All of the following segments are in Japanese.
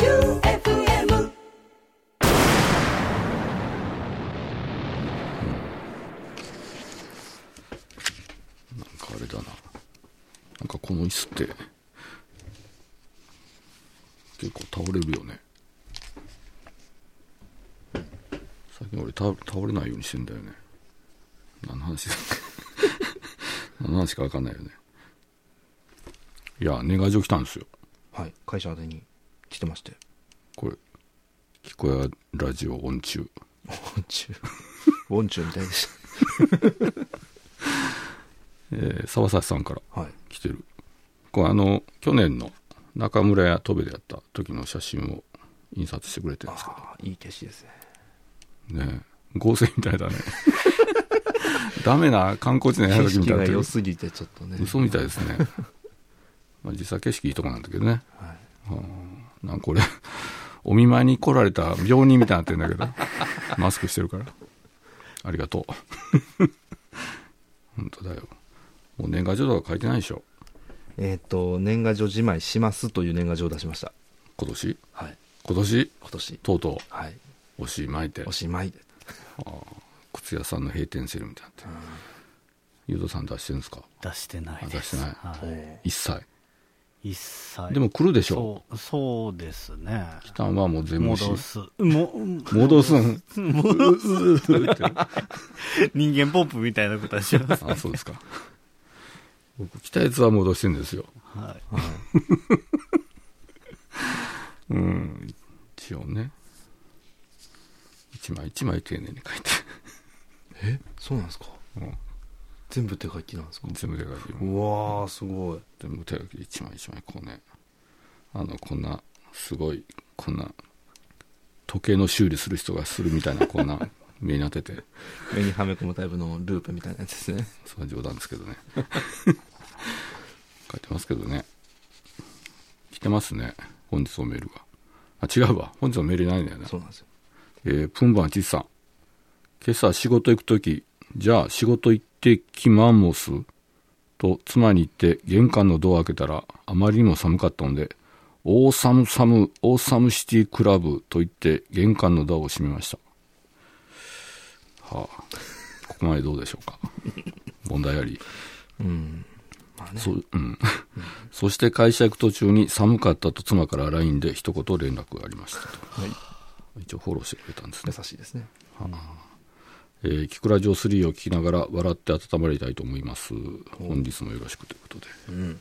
J-O-E-U-F-M なんかあれだな。なんかこの椅子って、結構倒れるよね。最近俺倒倒れないようにしてんだよね。何の話だっけ 何の話かわかんないよね。いや、願い状来たんですよ。はい、会社宛てに来てまして。これ、聞こやラジオオン中。ウォンチュ ウォンチュみたいです。えー、沢崎さんからはい。来てる。これあの、去年の中村屋戸部でやった時の写真を印刷してくれてるんですけどああ、いい景色ですね。ねえ合成みたいだね ダメな観光地の絵は景がきみ色たいがにな良ってすぎてちょっとね。る嘘みたいですねまあ実際景色いいとこなんだけどねはい。なんかこれお見舞いに来られた病人みたいになってるんだけどマスクしてるからありがとう 本当だよもう年賀状とか書いてないでしょえっ、と、年賀状じまいしますという年賀状を出しました。今年はい。今年今年。とうとはい。うおしまいておしまいで。靴屋さんの閉店セールみたいになってゆうとさん出してるんですか出してないです。あはい一切一切。でも来るでしょそう、そうですね。来たんはもう全部し戻す。も、戻すん戻す。って 人間ポンプみたいなことはしま す。あそうですか僕来たやつは戻してんですよはい。うん一応ね一枚一枚丁寧に書いてえそうなんですか、うん全部手書きなんですか全部手書きうわー、すごい。全部手書きで一枚一枚こうねあのこんなすごいこんな時計の修理する人がするみたいなこんな目に当てて目にはめ込むタイプのループみたいなやつ ですね。それは冗談ですけ どね書いてますけどね来てますね本日のメールがあ違うわ本日のメールないんだよなそうなんですよ。えー、プンバンちっさん今朝仕事行く時じゃあ仕事行ってきまんもすと妻に言って玄関のドア開けたらあまりにも寒かったのでオーサムサムオーサムシティクラブと言って玄関のドアを閉めましたはあここまでどうでしょうか問題ありうん。まあね。そうん、そして会社行く途中に寒かったと妻から LINE で一言連絡がありましたと、一応フォローしてくれたんです優ね、しいですね。えー、キクラジオ3を聞きながら笑って温まりたいと思います本日もよろしくということでうん。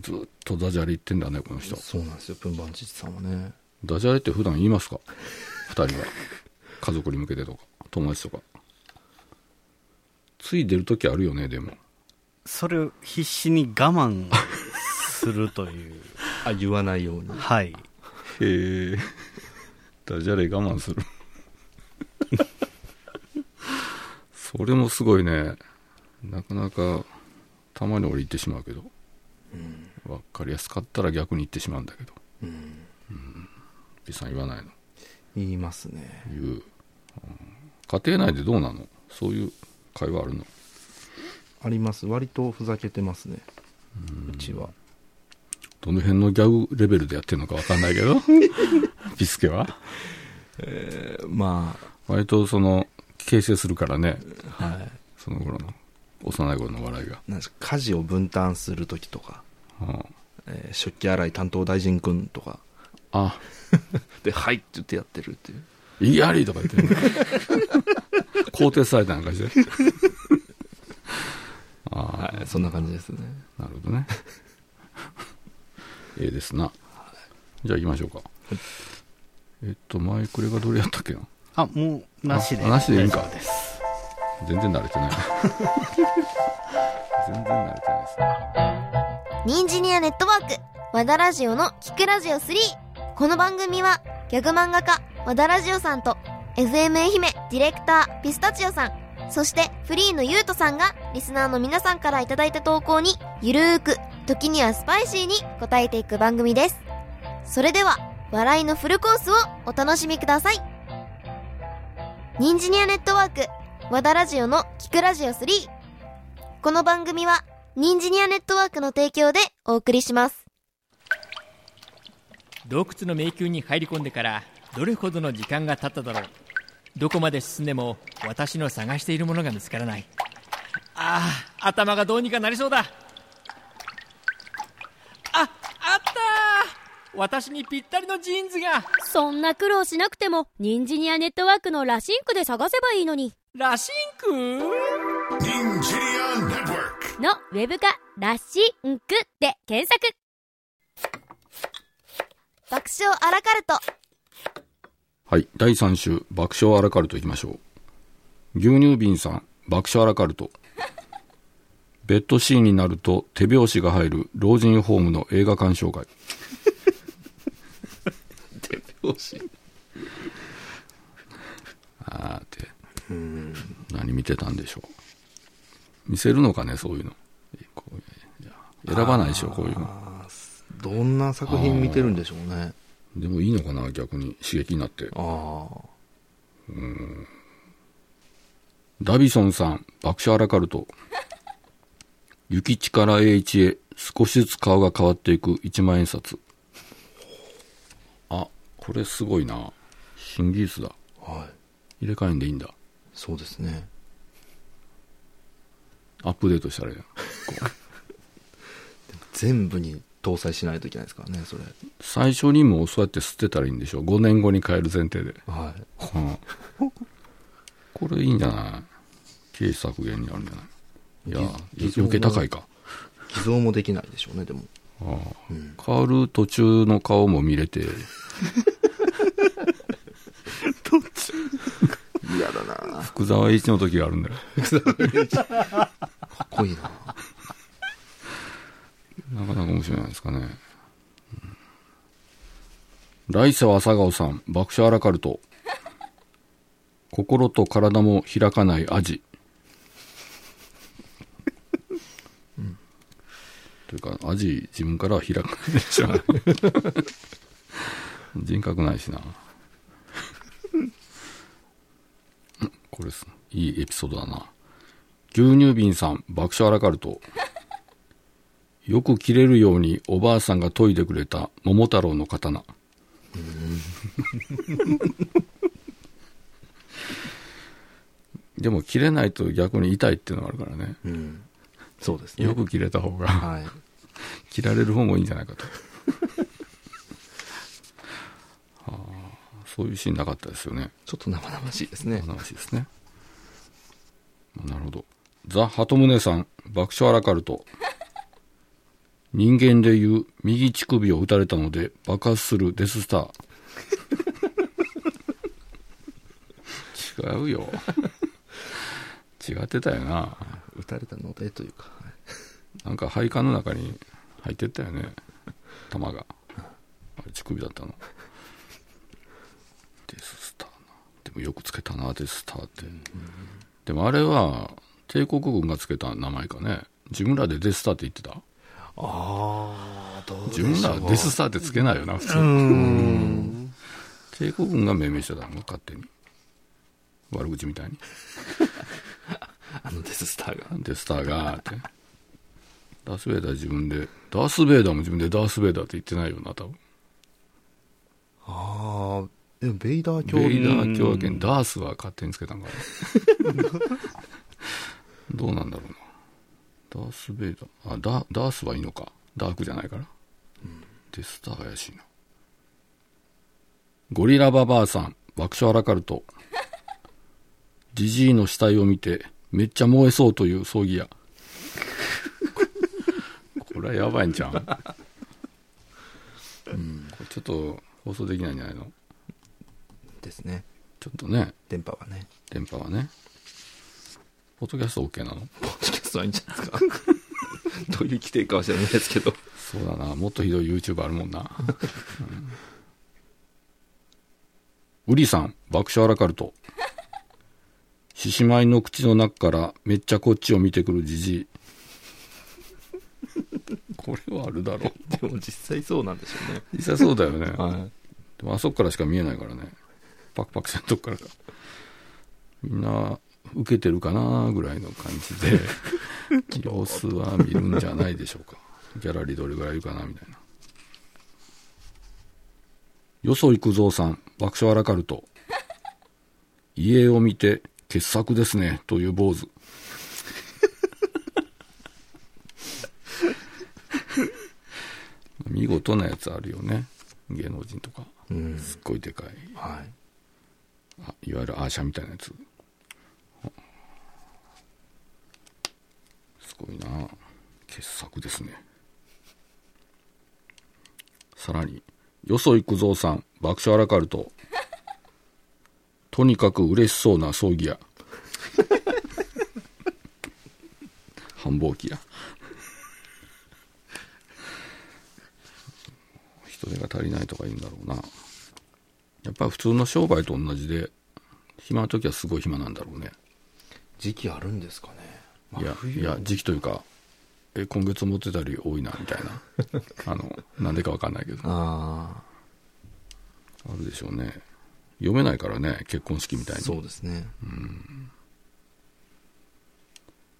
ずっとダジャレ言ってんだねこの人そうなんですよ、プンバンチッチさんはね。ダジャレって普段言いますか二人は家族に向けてとか友達とかつい出る時あるよねでもそれを必死に我慢すると いう。あ、言わないように。はい。へえ。ダジャレ我慢する。それもすごいね。なかなか、たまに俺言ってしまうけど。わ、かりやすかったら逆に言ってしまうんだけど。うん。 B さん言わないの。言いますね。言う、うん家庭内でどうなのそういう会話あるのあります割とふざけてますねうちはどの辺のギャグレベルでやってるのかわかんないけど。ビスケはま割とその、形成するからね。あはいその頃の、幼い頃の笑いが。なんですか家事を分担する時とか、うんえー食器洗い担当大臣くんとかあ、で「はい」って言ってやってるっていういいやりとか言ってね 肯定されたような感じで。あはいそんな感じですねあ、なるほどね。 ええですな。じゃあ行きましょうか。えっと、前くれがどれやったっけなあ、もう、なしで。あなしでいいんか大丈夫です。全然慣れてない。 全然慣れてないですね。ニンジニアネットワーク和田ラジオの聞くラジオ3この番組はギャグ漫画家和田ラジオさんと FM 愛媛ディレクターピスタチオさんそしてフリーのゆうとさんがリスナーの皆さんからいただいた投稿にゆるーく時にはスパイシーに答えていく番組ですそれでは笑いのフルコースをお楽しみくださいニンジニアネットワーク和田ラジオの聞くラジオ3この番組はニンジニアネットワークの提供でお送りします。洞窟の迷宮に入り込んでからどれほどの時間が経っただろうどこまで進んでも私の探しているものが見つからないああ頭がどうにかなりそうだああったー私にぴったりのジーンズがそんな苦労しなくても、ニンジニアネットワークのラシンクで探せばいいのに。ラシンク Ninjinia Network. のウェブ化、ラシンクで検索。爆笑アラカルトはい。第3週、爆笑アラカルトいきましょう。牛乳瓶さん、爆笑アラカルト。ベッドシーンになると手拍子が入る老人ホームの映画鑑賞会。 手拍子あーって。何見てたんでしょう。見せるのかね、そういうの。こういや選ばないでしょ、こういうの。どんな作品見てるんでしょうね。でもいいのかな、逆に刺激になって。ああ。ダビソンさん、爆笑アラカルト。ゆきちから栄一へ、少しずつ顔が変わっていく一万円札。あ、これすごいな。新技術だ。はい。入れ替えんでいいんだ。そうですね。アップデートしたらいいやん全部に搭載しないといけないですからね、それ。最初にもうそうやって捨てたらいいんでしょ。5年後に変える前提で。はい。うんこれいいんじゃない経費削減になるんじゃないいや、ぎ余計高いか。偽造もできないでしょうね、 でも。変わる途中の顔も見れて。嫌だなか福沢栄一の時があるんだよ。っこいいななかなか面白いんじゃないですかね。うん来世は朝顔さん、爆笑アラカルト。心と体も開かないアジ。というか、アジ自分からは開かないでしょ。 人格ないしな。うんこれす、いいエピソードだな。牛乳瓶さん、爆笑アラカルト。よく切れるようにおばあさんが研いでくれた桃太郎の刀。 でも切れないと逆に痛いっていうのがあるからね。うん。そうですね。よく切れた方が、はい。切られる方もいいんじゃない かと。はあ、そういうシーンなかったですよね。ちょっと生々しいですね。話ですね。なるほど。ザ・ハトムネさん、爆笑アラカルト。人間でいう右乳首を打たれたので爆発するデススタ ー。違うよ。 違ってたよな。撃たれたのでというか。はいなんか配管の中に入ってったよね弾があれ乳首だったのデススターなでもよくつけたなデススターって、でもあれは帝国軍がつけた名前かね自分らでデススターって言ってたああ、どうでし自分らょう。はデススターってつけないよな普通うん帝国軍が命名してたの勝手に悪口みたいにあのデススターが。デスターがってダース・ベイダー自分でダース・ベイダーも自分でダース・ベイダーって言ってないよな多分ああ、でもベイダー教ベイダ授ー共和圏ダースは勝手につけたんかな どうなんだろうなダース・ベイダーあダダースはいいのかダークじゃないから、デスター怪しいなゴリラババアさん爆笑アラカル トジジイの死体を見てめっちゃ燃えそうという葬儀 屋これはやばいんちゃう、うん、これちょっと放送できないんじゃないのですね。ちょっとね、電波はね。電波はね。ポッドキャスト OK なのポッドキャストはいいんじゃないですか。 どういう規定かは知らないですけど。そうだな、もっとひどい YouTube あるもんな。うん、ウリさん、爆笑アラカルト。獅子舞の口の中からめっちゃこっちを見てくるじじい。これはあるだろう。でも実際そうなんでしょうね。実際そうだよね。はでもあそこからしか見えないからね。パクパクせんとこからか。みんな、受けてるかなぐらいの感じで、様子は見るんじゃないでしょうか。ギャラリーどれぐらいいるかなみたいな。よそ行くぞうさん、爆笑アラカルト。家を見て、傑作ですね、という坊主。見事なやつあるよね。芸能人とか。うん。すっごいでかい。はい。あいわゆるアーシャみたいなやつ。すごいな傑作ですね。さらに、よそ行くぞうさん、爆笑アラカルト。とにかく嬉しそうな葬儀や。繁忙期や。人手が足りないとか言うんだろうな。やっぱり普通の商売と同じで、暇な時はすごい暇なんだろうね。時期あるんですかね。まあいや、冬いや、時期というか、え、今月思ってたより多いな、みたいな。 あの、なんでかわかんないけど。ああるでしょうね。読めないからね、結婚式みたいあ、に。そうですね。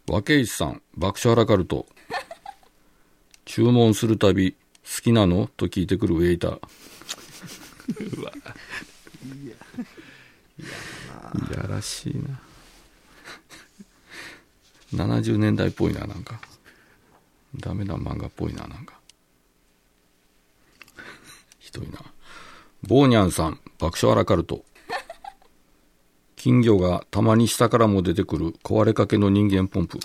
和慶一さん、爆笑アラカルト。 注文するたび、好きなのと聞いてくるウェイター。いやらしいな。70年代っぽいな、なんか。ダメな漫画っぽいな、なんか。ひどいな。ボーニャンさん、爆笑アラカルト。金魚がたまに下からも出てくる壊れかけの人間ポ ンプ。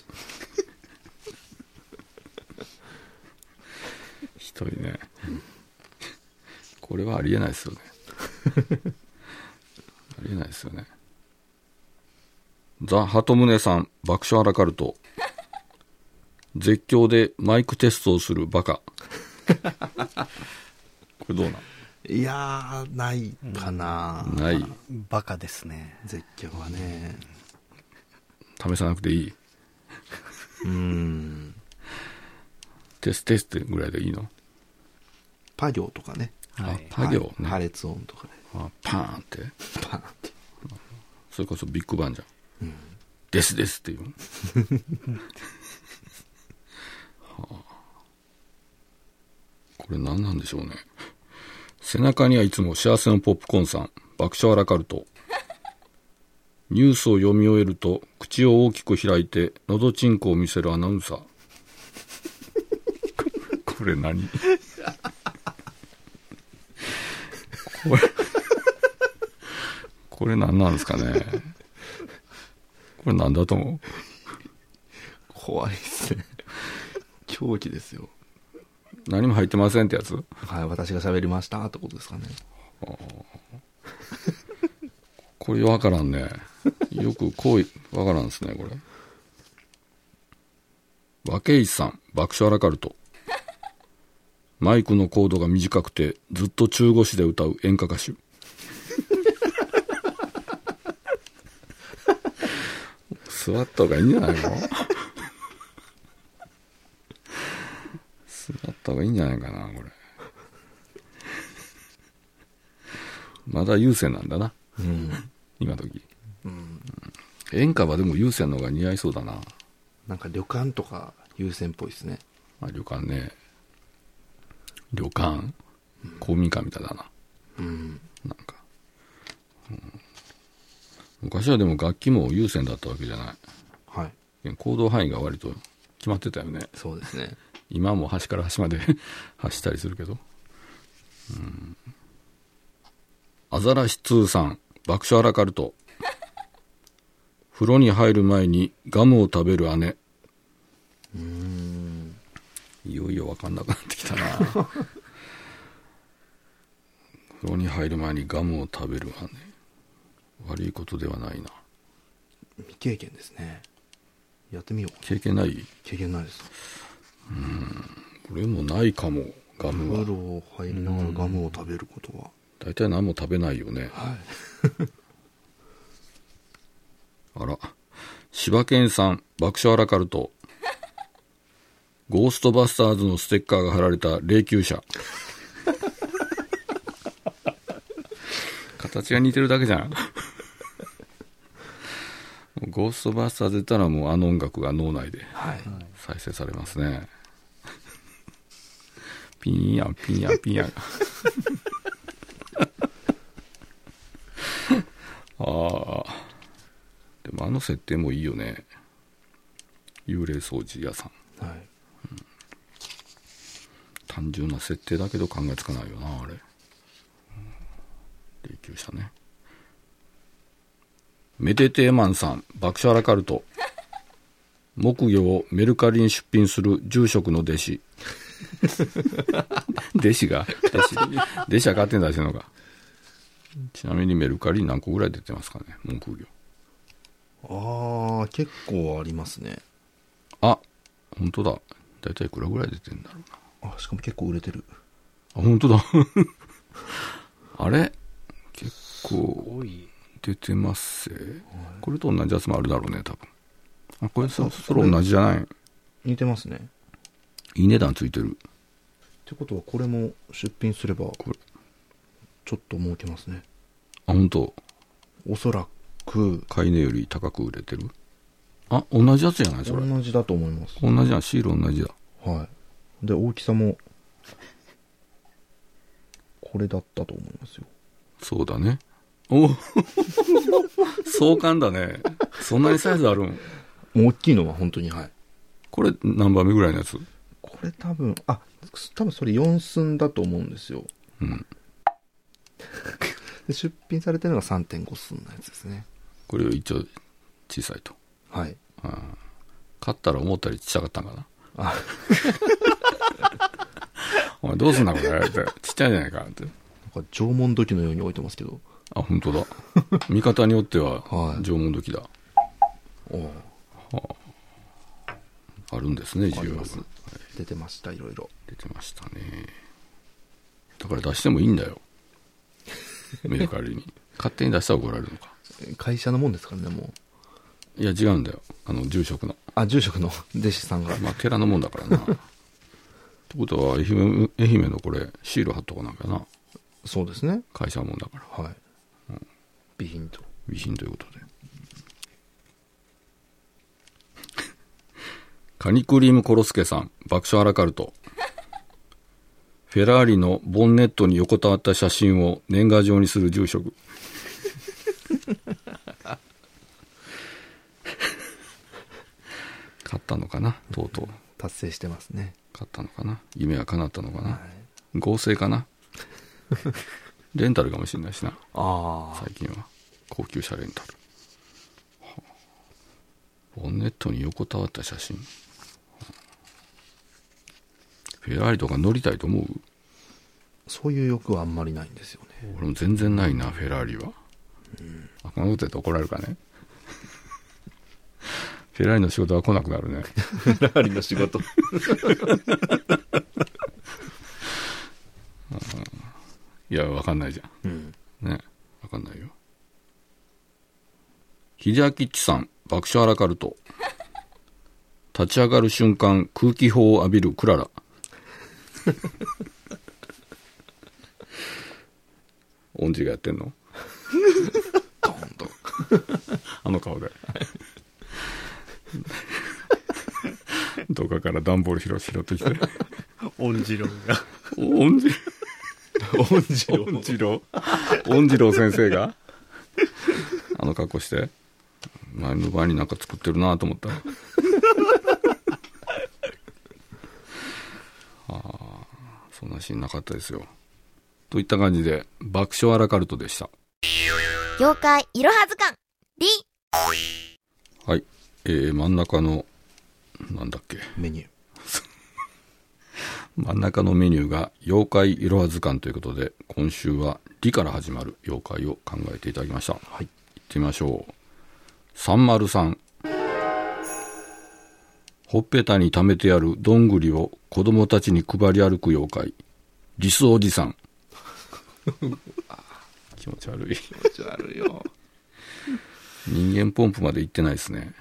ひどいね。これはありえないですよね。ありえないですよね。ザ・ハトムネさん、爆笑アラカルト。絶叫でマイクテストをする バカ。これどういやー、ないかな、なんない。バカですね。絶叫はね。試さなくていい。うん。テステスってぐらいでいいの、パ行とかね。はいあ、パ行ね。破裂音とかで。あパーンって。パーンって。それこそビッグバンじゃん。ですですっていう。 はあこれ何なんでしょうね。背中にはいつも幸せのポップコーンさん、爆笑アラカルト。ニュースを読み終えると、口を大きく開いて、喉チンコを見せるアナウンサー。こ これ 何これ、これ何なんですかね。これ何だと思う怖いです ね。狂気ですよ。何も入ってませんってやつはい、私が喋りましたってことですかね。これわからんね。よくこう、わからんですね、これ。和慶一さん、爆笑アラカルト。マイクのコードが短くて、ずっと中腰で歌う演歌歌手。座った方がいいんじゃないの座った方がいいんじゃないかな、これ。まだ優先なんだな。うん。今時、うん、演歌はでも優先の方が似合いそうだな、なんか旅館とか優先っぽいですね。まあ、旅館ね旅館公民館みたいだなうん。なんか、うん、昔はでも楽器も優先だったわけじゃなはい。い行動範囲が割と決まってたよねそうですね。今も端から端まで 走ったりするけどうんアザラシ2さん爆笑アラカルト風呂に入る前にガムを食べる姉いよいよ分かんなくなってきたな風呂に入る前にガムを食べる姉悪いことではないな 未経験ですね。やってみようかな。経験ない経験ないです。俺もないかもガム風は呂を入りながらガムを食べることは。大体何も食べないよねはい。あら。柴犬さん、爆笑アラカルト。ゴーストバスターズのステッカーが貼られた霊柩車。形が似てるだけじゃん。ゴーストバスターズ出たらもうあの音楽が脳内ではい。再生されますね。ピンやん、ピンやん、ピンやん。ああでもあの設定もいいよね幽霊掃除屋さんはい。単純な設定だけど考えつかないよなあれうん霊柩したねメテテーマンさん爆笑アラカルト木魚をメルカリに出品する住職の弟子 弟子が弟子弟子は勝手に出してるのかちなみにメルカリ何個ぐらい出てますかね木魚ああ、結構ありますね。あ本当だ大体いくらぐらい出てんだろうなあ、しかも結構売れてる。あ本当だ あれ結構多い出てますぜこれと同じやつもあるだろうね多分あこれそそろ同じじゃない似てますね。っいい値段ついてるてことは、これも出品すれば、これちょっと儲けますね。あ本当おそらく、買い値より高く売れてるあ同じやつじゃないそれ同じだと思います。同じやんシール同じだはい。で、大きさも、これだったと思いますよ。そうだねお 壮観だねそんなにサイズあるんもう大きいのは本当に、はい。これ何番目ぐらいのやつこれ多分、あ、多分それ4寸だと思うんですよ。うんで出品されてるのが3.5寸のやつですね。これより一応小さいとはい。買ったら思ったよりちっちゃかったんかなあ、お前どうすんだこ れって。ちっちゃいじゃないかって。なんか縄文土器のように置いてますけど。あ、本当だ。 見方によってはは、い縄文時だ。おーあるんですね、あ需り要がます。出てました、いろいろ。出てましたね。だから出してもいいんだ よ。メルカリに。勝手に出したら怒られるのか。会社のもんですからね、もう。いや、違うんだよ。あの、住職の。あ、住職の 弟子さんが。まあ、寺のもんだ からな。ってことは、愛媛、愛媛のこれ、シール貼っとかなきゃな。そうですね。会社もんだから。はい。備品と。備品ということで。 カニクリームコロスケさん、爆笑アラカルト。フェラーリのボンネットに横たわった写真を年賀状にする住職。 買ったのかなとうとう。達成してますね。買ったのかな夢は叶ったのかな、合成か なレンタルかもしれないしな。あ最近は高級車レンタル、はあボンネットに横たわった写真はあフェラーリとか乗りたいと思うそういう欲はあんまりないんですよ ね。俺も全然ないなフェラーリは、あこんなことやって怒られるかね フェラーリの仕事は来なくなるねフェラーリの仕事。いやわかんないじゃんうん。ねわかんないよひじあきっちさん爆笑アラカルト立ち上がる瞬間空気砲を浴びるクラ ラ恩師がやってんのドーンとあの顔で どっかから段ボール拾拾ってきて 恩次郎が恩次恩次郎。恩次郎恩次郎先生があの格好して前の場になんか作ってるなと思ったらああそんなシーンなかったですよといった感じで爆笑アラカルトでした妖怪いろは図鑑 D はいえー、真ん中のなんだっけメニュー。真ん中のメニューが「妖怪いろは図鑑」ということで今週は「理」から始まる妖怪を考えていただきました、はい、行ってみましょう303ほっぺたに溜めてあるどんぐりを子供たちに配り歩く妖怪リスおじさ ん気持ち悪いこっちあるよ。人間ポンプまで行ってないですね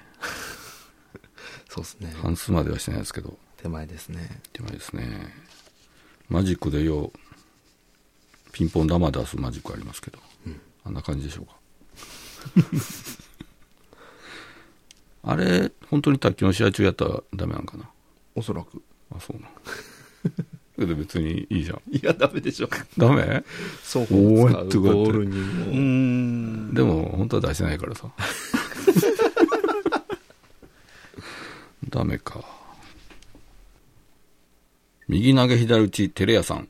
そうですね。半数まではしてないですけど手前ですね。手前ですねマジックでようピンポン玉出すマジックありますけど、あんな感じでしょうか あれ本当に卓球の試合中やったらダメなんかな おそらく。あそうなけど別にいいじゃん。いや、ダメでしょ。ダメそう使うおボーってこうやってールに うーも。ん。でも本当は出してないからさ。 ダメか。右投げ左打ちテレ屋さん。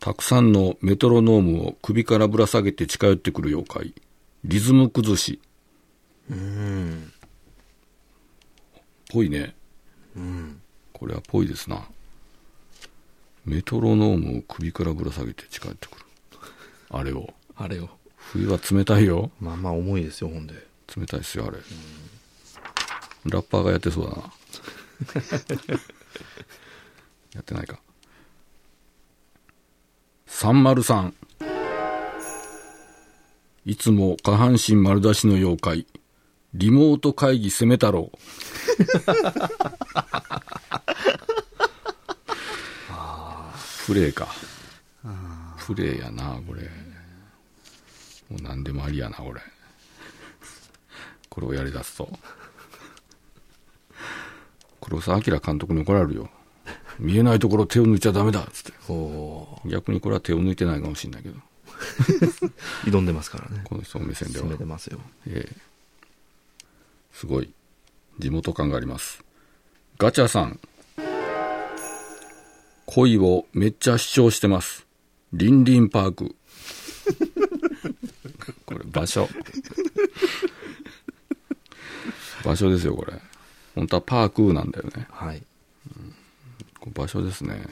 たくさんのメトロノームを首からぶら下げて近寄ってくる妖怪。リズム崩し。ぽいね。これはぽいですな。メトロノームを首からぶら下げて近寄ってくる。あれを。あれを。冬は冷たいよまあまあ重いですよ、ほんで。冷たいですよあれラッパーがやってそうだな やってないか303いつも下半身丸出しの妖怪リモート会議攻め太郎プレイかプレイやなこれもう何でもありやなこれこれをやりだすと 黒澤明監督に怒られるよ見えないところ手を抜いちゃダメだっつってこ逆にこれは手を抜いてないかもしれないけどう、挑んでますからね。この人の目線では攻めてますよ。ええすごい地元感がありますガチャさん恋をめっちゃ主張してますリンリンパーク これ場所 場所ですよこれ本当はパークなんだよねはい。これ場所ですね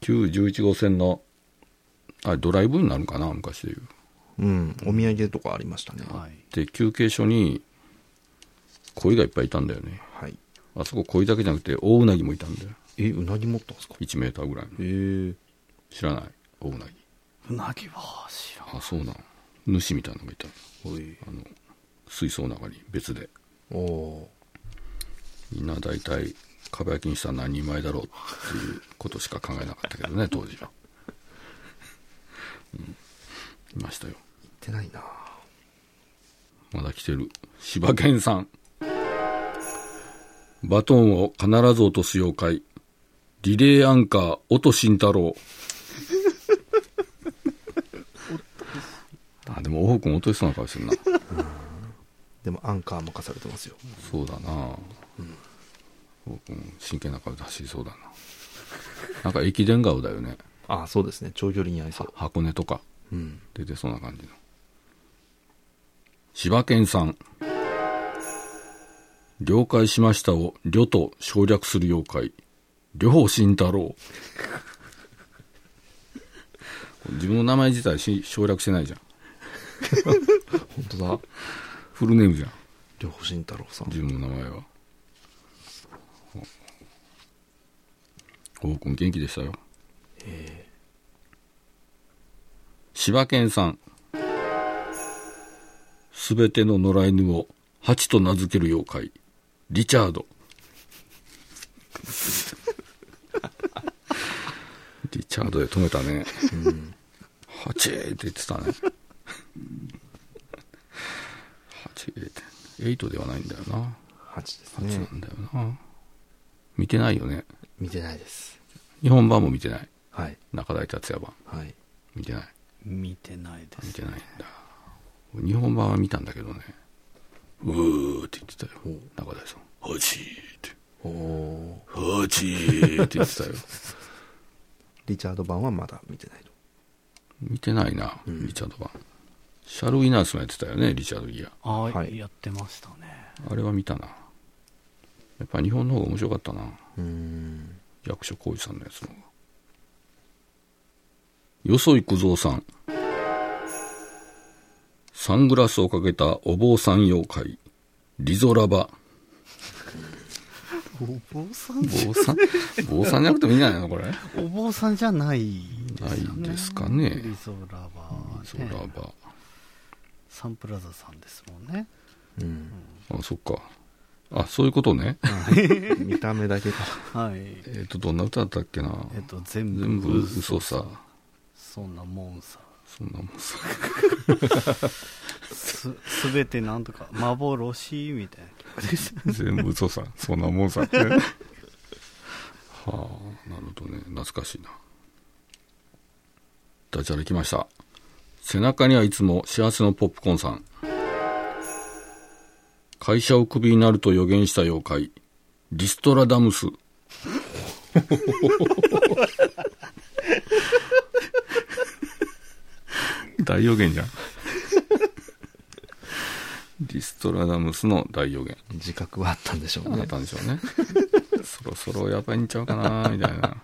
旧11号線のあれドライブインになるのかな昔でいううん。お土産とかありましたね。はい。で休憩所に鯉がいっぱいいたんだよねはい。あそこ鯉だけじゃなくて大うなぎもいたんだよえ、うなぎ持ったんですか1メーターぐらいのええ知らない大うなぎうなぎは知らん。あそうなん主みたいなのがいたおい。あの水槽の中に別でおおみんな大体かば焼きにしたら何人前だろうっていうことしか考えなかったけどね当時は、うん、いましたよー。行ってないなまだ来てる柴犬さんバトンを必ず落とす妖怪リレーアンカー音慎太郎あでも大くん落としそうな顔してるなでもアンカー任されてますよ。そうだな、僕も真剣な顔で走りそうだななんか駅伝顔だよねああ、そうですね。長距離に合いそう。箱根とかうん。出てそうな感じの柴犬さん了解しましたを「旅」と省略する妖怪旅法慎太郎 自分の名前自体し省略してないじゃん本当だ。フルネームじゃん両方慎太郎さん。自分の名前は王くん元気でしたよ柴犬さんすべての野良犬をハチと名付ける妖怪リチャードリチャードで止めたね、ハチーって言ってたねハチーって8ではないんだよな八ですそうねな。んだよな。見てないよね。見てないです。日本版も見てない。はい。中台達也版。はい。見てない。見てないで見す。てないんだ。日本版は見たんだけどね。うーって言ってたよ。中台さん。はちーって。おおー。はちーって言ってたよ。リチャード版はまだ見てないと。見てないな、リチャード版。シャルウィナースもやってたよね、リチャードギア。あ、はいやってましたね。あれは見たな。やっぱ日本の方が面白かったな。うーん。役所広司さんのやつの方がよそいくぞうさんサングラスをかけたお坊さん妖怪リゾラバお坊さん坊さん坊さんじゃなくてもいいんじゃないのこれなお坊さんじゃないですよいね。ですかねリゾラバはリゾねラバサンプラザさんですもんね。うん。あそっかあそういうことね見た目だけか。はい。えっとどんな歌だったっけなえっと、全部、全部嘘さそんなもんさ。そんなもんさす、すべてなん とか、 幻みたいな曲です。全部嘘さそんなもんさってはあなるほどね懐かしいなダジャレきました背中にはいつも幸せのポップコーンさん会社をクビになると予言した妖怪リストラダムス 大予言じゃんリストラダムスの大予言自覚はあったんでしょうだねっ。たんでしょ うねそろそろやばいんちゃうかなみたいな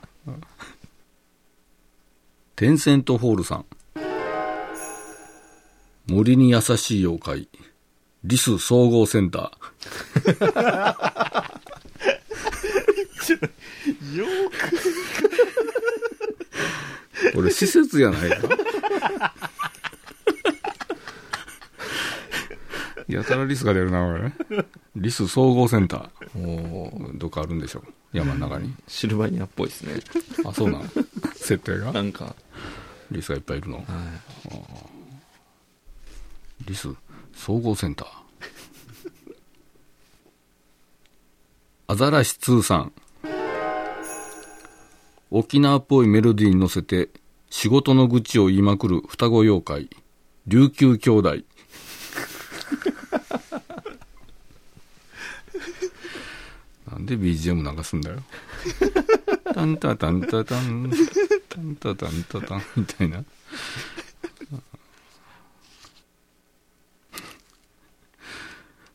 テンセントホールさん森に優しい妖怪リス総合センターこれ施設じゃないのやたらリスが出るなこれねリス総合センタおーーどっかあるんでしょ山の中にシルバニアっぽいですね。あそうなの設定ながんか、リスがいっぱいいるのはリス総合センター アザラシ2さん沖縄っぽいメロディーに乗せて仕事の愚痴を言いまくる双子妖怪琉球兄弟 なんで BGM 流すんだよタンタタンタタンタンタタンタタンみたいな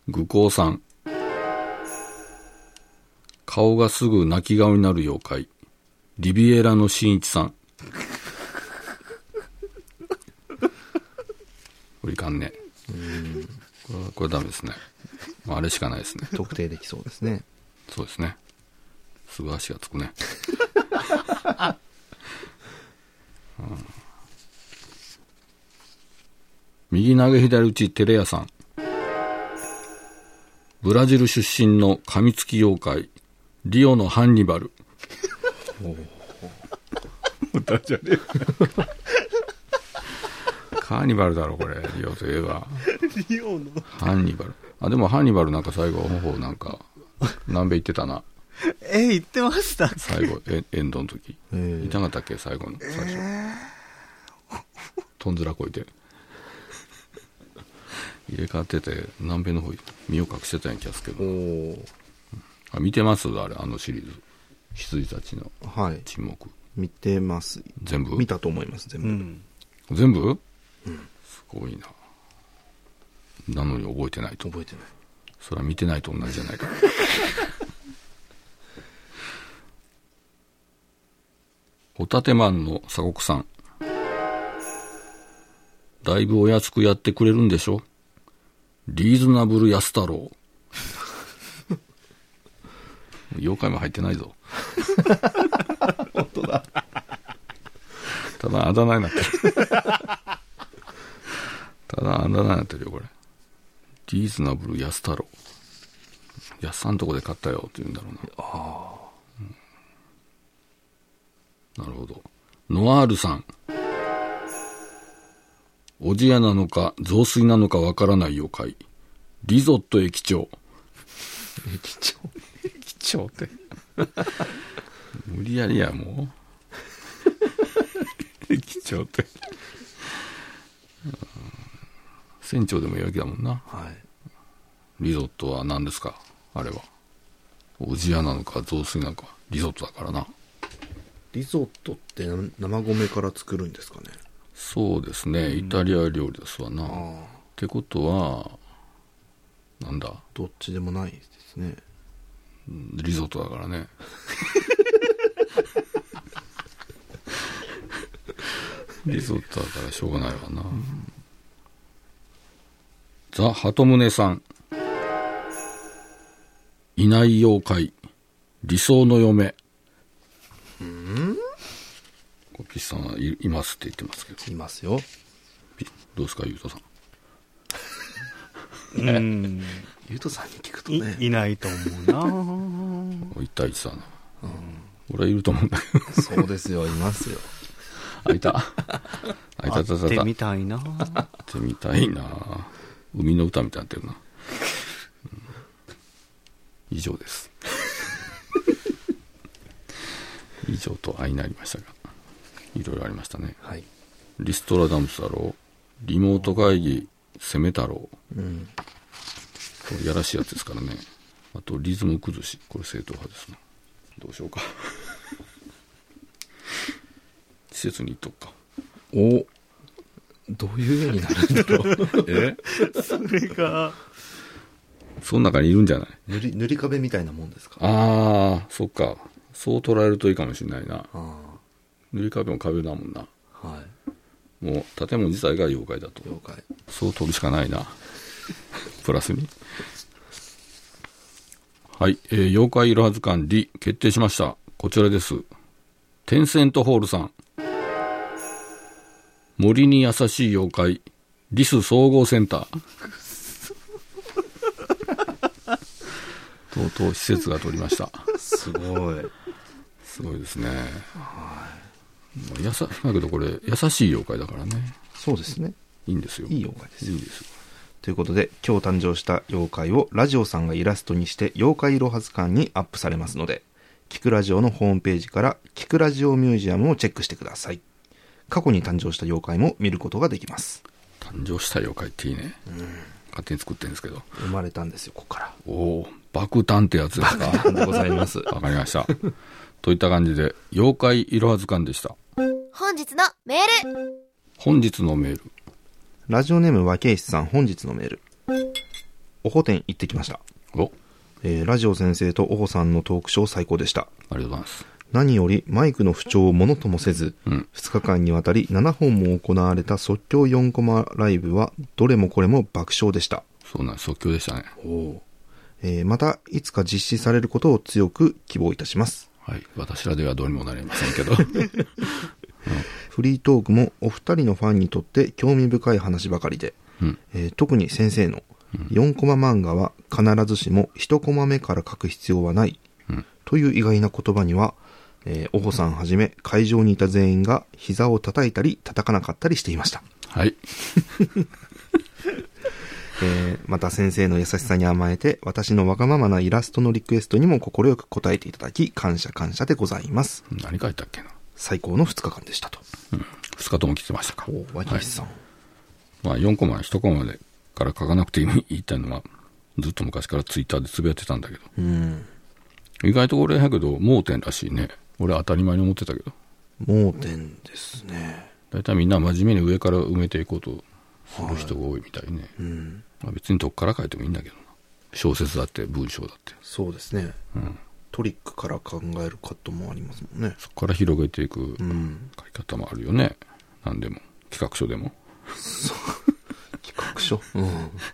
愚行さん顔がすぐ泣き顔になる妖怪リビエラの新一さん これいかんねこれはこれダメですねまああれしかないですねい。特定できそうですね。そうですね。すぐ足がつくね。うん右投げ左打ちテレ屋さん。ブラジル出身の噛みつき妖怪、リオのハンニバル。カーニバルだろ、これ。リオといえば。リオの。ハンニバル。あ、でもハンニバルなんか最後、ほうなんか、南米行ってたな。え、言ってました最後、えエンドの時。えーいたがったっけ最後の最初、とんずらこい て入れ替わってて南米の方身を隠してたんや気がするけどおーあ見てますあれあのシリーズ羊たちのはい。沈黙見てます。全部見たと思います、全う部。ん。全部、すごいななのに覚えてないと覚えてない。それは見てないと同じじゃないか ホタテマンの鎖国さんだいぶお安くやってくれるんでしょリーズナブル安太郎 妖怪も入ってないぞ本当だただあだ名になってるただあだ名になってるよこれリーズナブル安太郎安さんとこで買ったよって言うんだろうなああ、うんなるほどノアールさんおじやなのか雑炊なのかわからない妖怪リゾット駅長駅長。駅長って無理やりやもう駅長ってうん船長でもいいわけだもんなはい。リゾットは何ですかあれは。おじやなのか雑炊なのか。リゾットだからな。リゾットってな生米から作るんですかね。そうですね。イタリア料理ですわな。っああ。てことは、なんだどっちでもないですね。リゾットだから ね。リゾットだからしょうがないわな。ザ・鳩宗さん。いない妖怪。理想の嫁。これピッさんはいいますって言ってますけど。いますよ。ピどうですか、ゆうとさん。うん。ゆうとさんに聞くとね、いいないと思うな一対一だな。俺はいると思うんだけど。そうですよ、いますよ。 あいた。あい たた会たた。ってみたいなやってみたいな海の歌みたいになってるな、うん以上です以上と相なりましたがいろいろありましたねはい。リストラダムスだろうリモート会議攻め太郎うん。これやらしいやつですからねあとリズム崩しこれ正統派ですなどうしようか施設に行っとくかおどういう絵になるんだろう えそれが、その中にいるんじゃない塗り塗り壁みたいなもんですかああそっかそう捉えるといいかもしれないなあ塗り壁も壁だもんなあはもう建物自体が妖怪だとい了解そう取るしかない なプラスにはい、えー妖怪いろは図鑑理決定しましたこちらですテンセントホールさん森に優しい妖怪リス総合センターとうとう施設が取りましたすごい。すごいですねもうやさだけどこれ優しい妖怪だからねそうですねいいんですよいい妖怪ですいいですよということで今日誕生した妖怪をラジオさんがイラストにして妖怪いろは図鑑にアップされますのでキクラジオのホームページからキクラジオミュージアムをチェックしてください過去に誕生した妖怪も見ることができます誕生した妖怪っていいね、勝手に作ってるんですけど生まれたんですよここかおお爆弾ってやつですからでございますわかりましたといった感じで妖怪いろは図鑑でした本日のメール本日のメールラジオネーム和石さん本日のメールおほ店行ってきました、おえーラジオ先生とおほさんのトークショー最高でしたありがとうございます何よりマイクの不調をものともせず、うん2日間にわたり7本も行われた即興4コマライブはどれもこれも爆笑でした、そうなんです即興でしたねえーまたいつか実施されることを強く希望いたしますはい私らではどうにもなりませんけ どフリートークもお二人のファンにとって興味深い話ばかりで、うんえー特に先生の4コマ漫画は必ずしも1コマ目から書く必要はない、という意外な言葉には、えー、おほさんはじめ会場にいた全員が膝を叩いたり叩かなかったりしていましたはいえーまた先生の優しさに甘えて、私のわがままなイラストのリクエストにも快く答えていただき、感謝感謝でございます。何書いたっけな最高の2日間でしたと。 2日とも来てましたかは和い岸さん。まあ、4コマ1コマでから書かなくていいったのはずっと昔からツイッターでつぶやってたんだけどうん。意外とこれやけど盲点らしいね俺当たり前に思ってたけど盲点ですね。大体みんな真面目に上から埋めていこうとする人が多いみたいね、うん。まあ、別にどっから書いてもいいんだけどな小説だって文章だってそうですね。トリックから考えるカットもありますもんね。そこから広げていくうん。書き方もあるよね何でも企画書でも企画書。うん。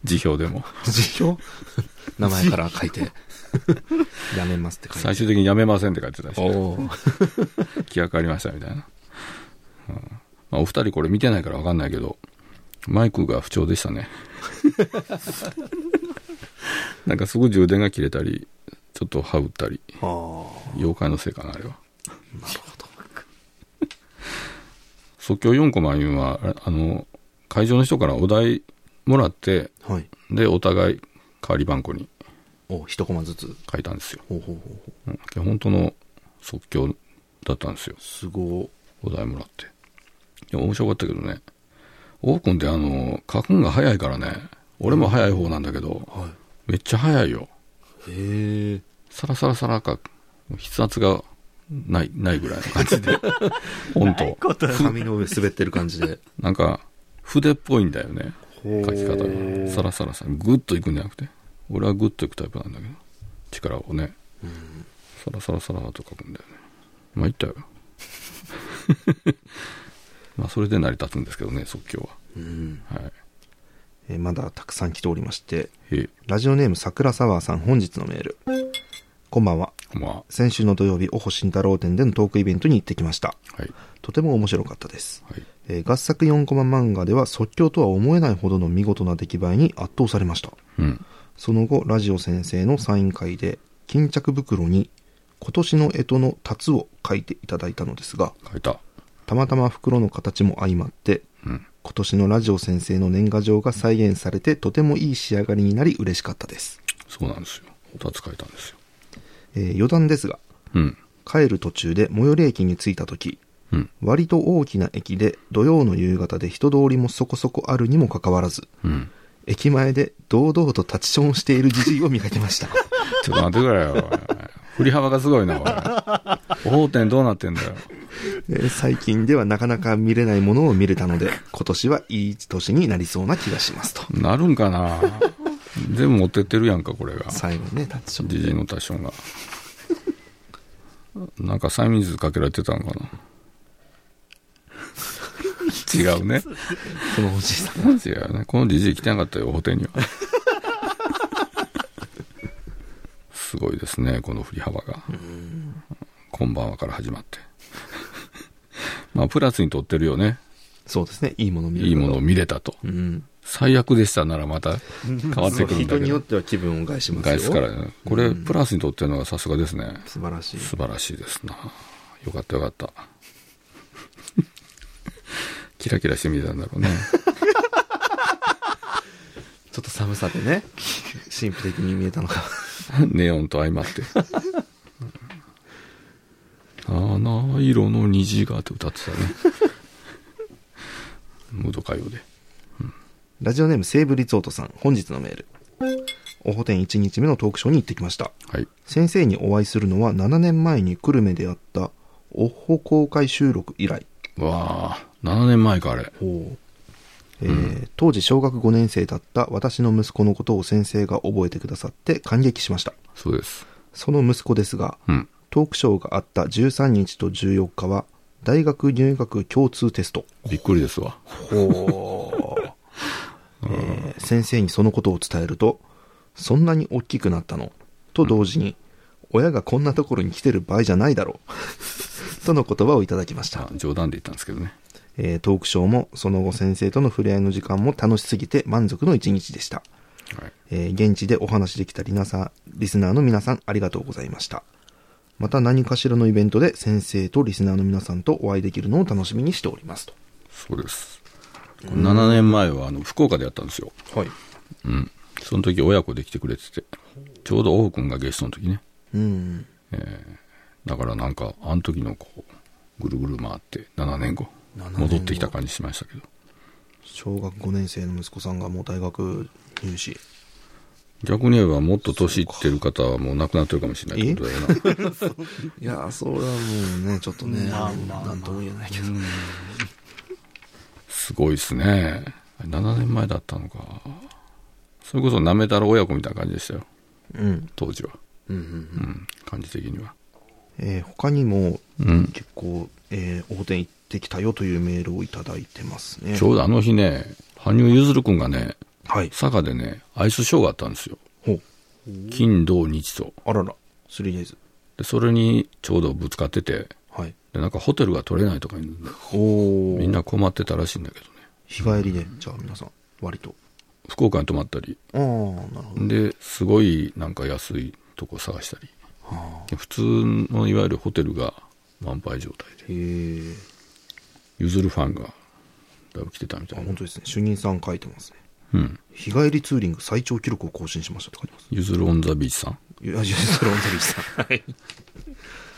辞表でも辞表 名前から書いて。やめますって書い最て。終的にやめませんって書いてたしおー気が変わりましたみたいな、うんまあ、お二人これ見てないから分かんないけどマイクが不調でしたね なんかすぐ充電が切れたりちょっと羽打ったりあー妖怪のせいかなあれはなるほど即興4コマいうのはああの会場の人からお題もらってはい。でお互い代わり番号にお、一コマずつ。書いたんですよ、ほうほうほうほう。うん本当の即興だったんですよすごーお題もらってでも面白かったけどねオープンってあの書くんが早いからね俺も早い方なんだけど、はい。めっちゃ早いよへえ。サラサラサラか筆圧がないないぐらいの感じで本当紙の上滑ってる感じで。なんか、筆っぽいんだよね。ほう書き方が。さらさらさら。グッといくんじゃなくて。俺はグッといくタイプなんだけど。力をね。さらさらさらと書くんだよね。まあ、いったよ。 まあ、それで成り立つんですけどね、即興うん。は。はい。えーまだたくさん来ておりまして、へえ、ラジオネーム桜サワーさん本日のメール。こんばんは。ま先週の土曜日、おほしんたろう店でのトークイベントに行ってきました。あ、はい。とても面白かったです。はい。えー合作4コマ漫画では即興とは思えないほどの見事な出来栄えに圧倒されました。うん。その後、ラジオ先生のサイン会で、巾着袋に今年の干支の達を書いていただいたのですが、書いた。たまたま袋の形も相まって、うん。今年のラジオ先生の年賀状が再現されてとてもいい仕上がりになり嬉しかったです、そうなんですよ。二つ書いたんですよ。えー余談ですがうん。帰る途中で最寄り駅に着いた時、うん割と大きな駅で土曜の夕方で人通りもそこそこあるにもかかわらず、うん。駅前で堂々と立ちションをしているじじいを見かけま した。ちょっと待ってくれよ。おい振り幅がすごいな、おい。法典どうなってんだよ。えー最近ではなかなか見れないものを見れたので、今年はいい年になりそうな気がしますと。なるんかな全部持ってってるやんか、これが。最後にね、立ちション。ジジイのタッションが。なんか催眠術かけられてたのかな違うね。このおじいさん。違うね。このジジイ来てなかったよ、ホテには。すごいですね、この振り幅が。こんばんはから始まって。まあ、プラスにとってるよね。そうですね、いいもの見れたいいものを見れたと。うん。最悪でしたならまた変わってくるんだけ人によっど。ては気分を害しますよ。返すからね。これ、プラスにとってるのがさすがですね。素晴らしい。素晴らしいですな。よかったよかった。 キラキラして見てたんだろ うね。ちょっと寒さでね、 神秘的に見えたのか。ネオンと相まって。七色の虹がって歌ってたね。ムード歌謡で。ラジオネームセーブリツオートさん、本日のメール。おほてん1日目のトークショーに行ってきました。はい。先生にお会いするのは7年前に久留米でやった、おほ公開収録以来。わあ、7年前か、あれ。えー当時小学5年生だった私の息子のことを先生が覚えてくださって感激しました。そうです。その息子ですが、うん。トークショーがあった13日と14日は、大学入学共通テスト。びっくりですわ。えー先生にそのことを伝えると、そんなに大きくなったのと同時に、親がこんなところに来てる場合じゃないだろう。 との言葉をいただきましあた、冗談で言ったんですけどね。えートークショーも、その後先生との触れ合いの時間も楽しすぎて満足の一日でした。はい。えー現地でお話しできたリナさん、リスナーの皆さんありがとうございました。また何かしらのイベントで先生とリスナーの皆さんとお会いできるのを楽しみにしておりますと。そうです。7年前は、あの、福岡でやったんですよ。はい。うん。その時親子で来てくれてて。ちょうどオフ君がゲストの時ね。うん。だからなんか、あの時のこう、ぐるぐる回って7年後、 7年後戻ってきた感じしましたけど。小学5年生の息子さんがもう大学入試。逆に言えばもっと年いってる方はもう亡くなってるかもしれないってことだよな。いやー、それはもうね、ちょっとね、なんとも言えないけど。すごいですね。7年前だったのか。それこそなめたら親子みたいな感じでしたよ。うん。当時は。うんうんうん。感じ的には。えー他にも、うん。結構、えー、大手行ってきたよというメールをいただいてますね。ちょうどあの日ね、羽生結弦君がね、はい。佐賀でね、アイスショーがあったんですよ。ほう。金、土、日と。あらら。3days。で、それにちょうどぶつかってて、はい。で、なんかホテルが取れないとか言うんだおみんな困ってたらしいんだけどね。日帰りで、じゃあ皆さん、割と。福岡に泊まったり、ああ、なるほど。で、すごいなんか安いとこ探したり、は普通のいわゆるホテルが満杯状態で、へえ。ゆずるファンがだいぶ来てたみあ、たいな本。当ですね。主任さん書いてますね。うん。日帰りツーリング最長記録を更新しましたって書いてます。ゆずるオンザビーチさん。いや、ジュースロンゼリーさん。はい。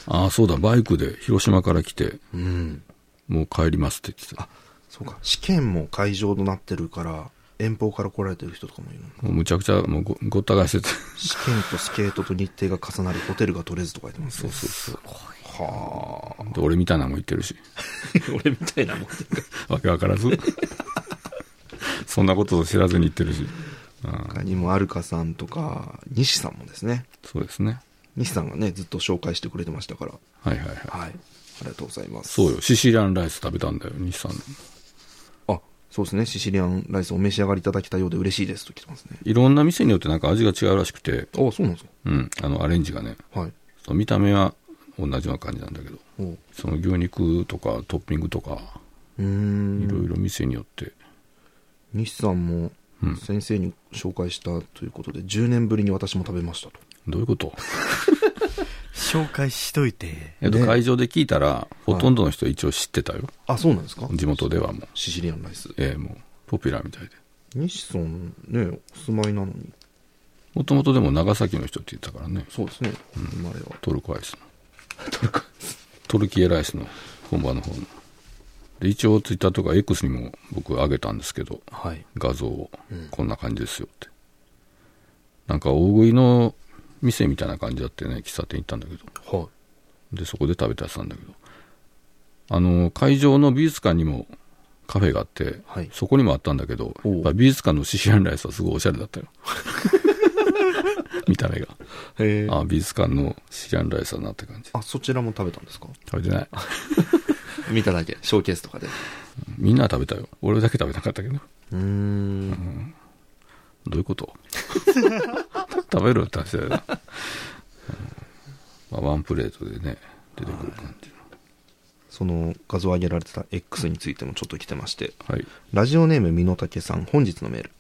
ああ、そうだ、バイクで広島から来て、うん。もう帰りますって言ってたあ。、そうか。試験も会場となってるから、遠方から来られてる人とかもいるものうむちゃくちゃもうごごった返してて。試験とスケートと日程が重なり、ホテルが取れずとか言ってます、ね。そうそうそう。はで俺みたいなのも言ってるし。あ。俺みたいなもん。わけわから ず。そんなことを知らずに言ってるし。うん他にもアルカさんとか、西さんもですね。そうですね。西さんがね、ずっと紹介してくれてましたから。はいはいはい。はい。ありがとうございます。そうよ、シシリアンライス食べたんだよ、西さんの。あ、そうですね。シシリアンライスお召し上がりいただきたようで嬉しいですと来てますね。いろんな店によってなんか味が違うらしくて、あ、そうなんですうん、あのアレンジがね、かはい。その見た目は同じような感じなんだけど、おうその牛肉とかトッピングとか、うーいろん。いろ店によって、西さんもうん先生に紹介したということで、10年ぶりに私も食べましたと。どういうこと紹介しといて。えっと、ね会場で聞いたら、ほとんどの人一応知ってたよ。あ、そうなんですか地元ではもう、シシリアンライス。ええもう、ポピュラーみたいで。西さんね、お住まいなのに。もともとでも長崎の人って言ってたからね、そうですね。生まれは。トルコアイスの。トルコトルキエライスの本場の方ので一応ツイッターとか X にも僕上げたんですけどはい画像をこんな感じですよって、なんか大食いの店みたいな感じだってね喫茶店行ったんだけどはでそこで食べたやつなんだけどあの会場の美術館にもカフェがあって、はいそこにもあったんだけどおうやっぱ美術館のシシランライスはすごいおしゃれだ ったよ見た目がいへえああ美術館のシシランライスだなって感じそちらも食べたんですか食べてない見ただけショーケースとかでみんなは食べたよ俺だけ食べなかったけどうーんどういうこと食べるって話だよ な、うんまあ、ワンプレートでね出てくる感じその画像上げられてた X についてもちょっと来てましてはいラジオネームみのたけさん、本日のメール。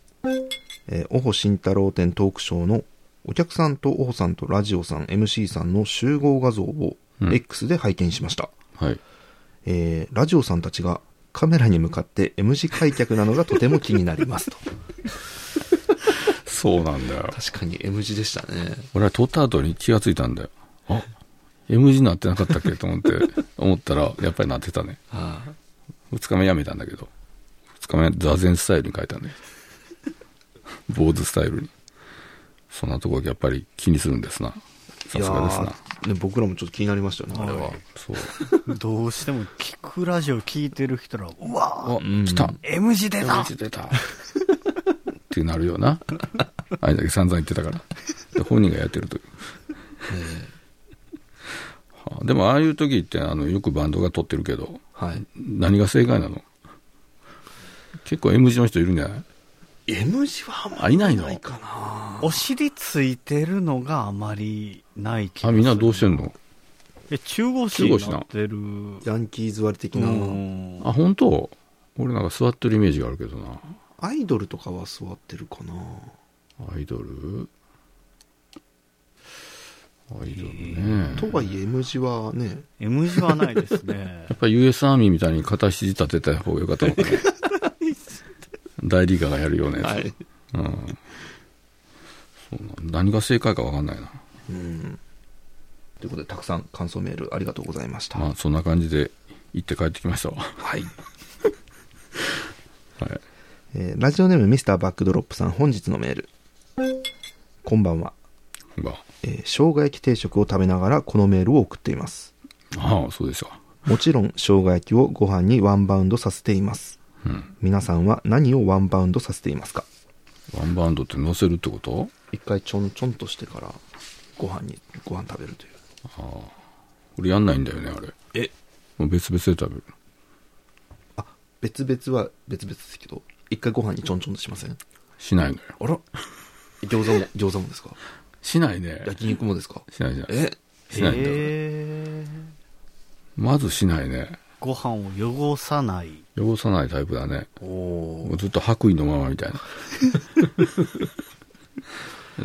えー、おほ慎太郎店トークショーのお客さんとおほさんとラジオさん、MC さんの集合画像をうん X で拝見しました。はいえー、ラジオさんたちがカメラに向かって M 字開脚なのがとても気になりますと。そうなんだよ 確かに M 字でしたね。俺は撮った後に気がついたんだよあ M 字なってなかったっけと思 って思ったらやっぱりなってたねああ2日目やめたんだけど2日目座禅スタイルに変えたね坊主スタイルにそんなとこやっぱり気にするんですなさすがですなね、僕らもちょっと気になりましたよね、あれは。そうどうしても聞くラジオ聞いてる人ら、うわあ来た M 字出た M 字出たってなるよなあれだけ散々言ってたからで本人がやってるという、はあでもああいう時ってあのよくバンドが撮ってるけどはい。何が正解なの結構 M 字の人いるんじゃない M 字はあんまあいないのないかな。お尻ついてるのがあまりない気がする。あみんなどうしてんのえ、中腰になってる。ヤンキー座り的うな、ん。あ本当俺なんか座ってるイメージがあるけどなアイドルとかは座ってるかな。アイドルアイドルねとはいえ M 字はね、 M 字はないです ねや。っぱり US アーミーみたいに片肘立てた方がよかったのかな 大リーガーがやるようなやつ、はいうん、そうな何が正解か分かんないなうんということで、たくさん感想メールありがとうございました。まあそんな感じで行って帰ってきましたわはい。 はいえーラジオネームミスターバックドロップさん、本日のメール。こんばんは。まあえー生姜焼き定食を食べながらこのメールを送っています。ああそうでしたもちろん、生姜焼きをご飯にワンバウンドさせています。うん皆さんは何をワンバウンドさせていますかワンバウンドって乗せるってこと一回ちょんちょんとしてから、ご飯に、ご飯食べるという。俺やんないんだよねあれえもう別々で食べるあ、別々は別々ですけど、一回ご飯にちょんちょんとしませんしないのよあら 餃子も、餃子もですかしないね焼肉もですかしないしないえしないんだよ、えーまずしないねご飯を汚さない。汚さないタイプだねおおもうずっと白衣のままみたいな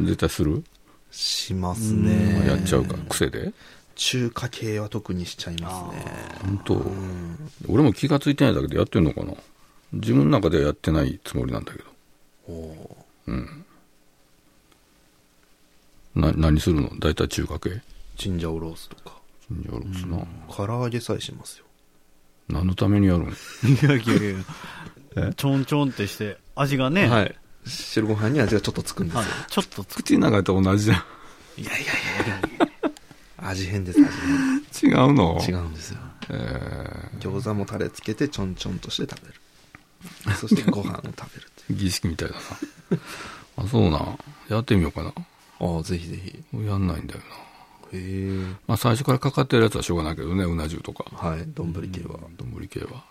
絶対するしますねやっちゃうか癖で中華系は特にしちゃいますね本当俺も気が付いてないだけでやってんのかな自分の中ではやってないつもりなんだけどおおな何するの大体中華系チンジャオロースとかチンジャオロースな唐揚げさえしますよ何のためにやるのいやいやいや。ちょんちょんってして、味がね、い白ご飯に味がちょっとつくんですはよいちょっとつく。口の中と同じじゃんいやいやいや味変です味違うの変違うんですよえー餃子もタレつけてちょんちょんとして食べるそしてご飯を食べるってい儀式みたいだなあそうなやってみようかなうああぜひぜひ俺やんないんだよなへえまあ最初からかかってるやつはしょうがないけどねうな重とかはい丼系は丼系は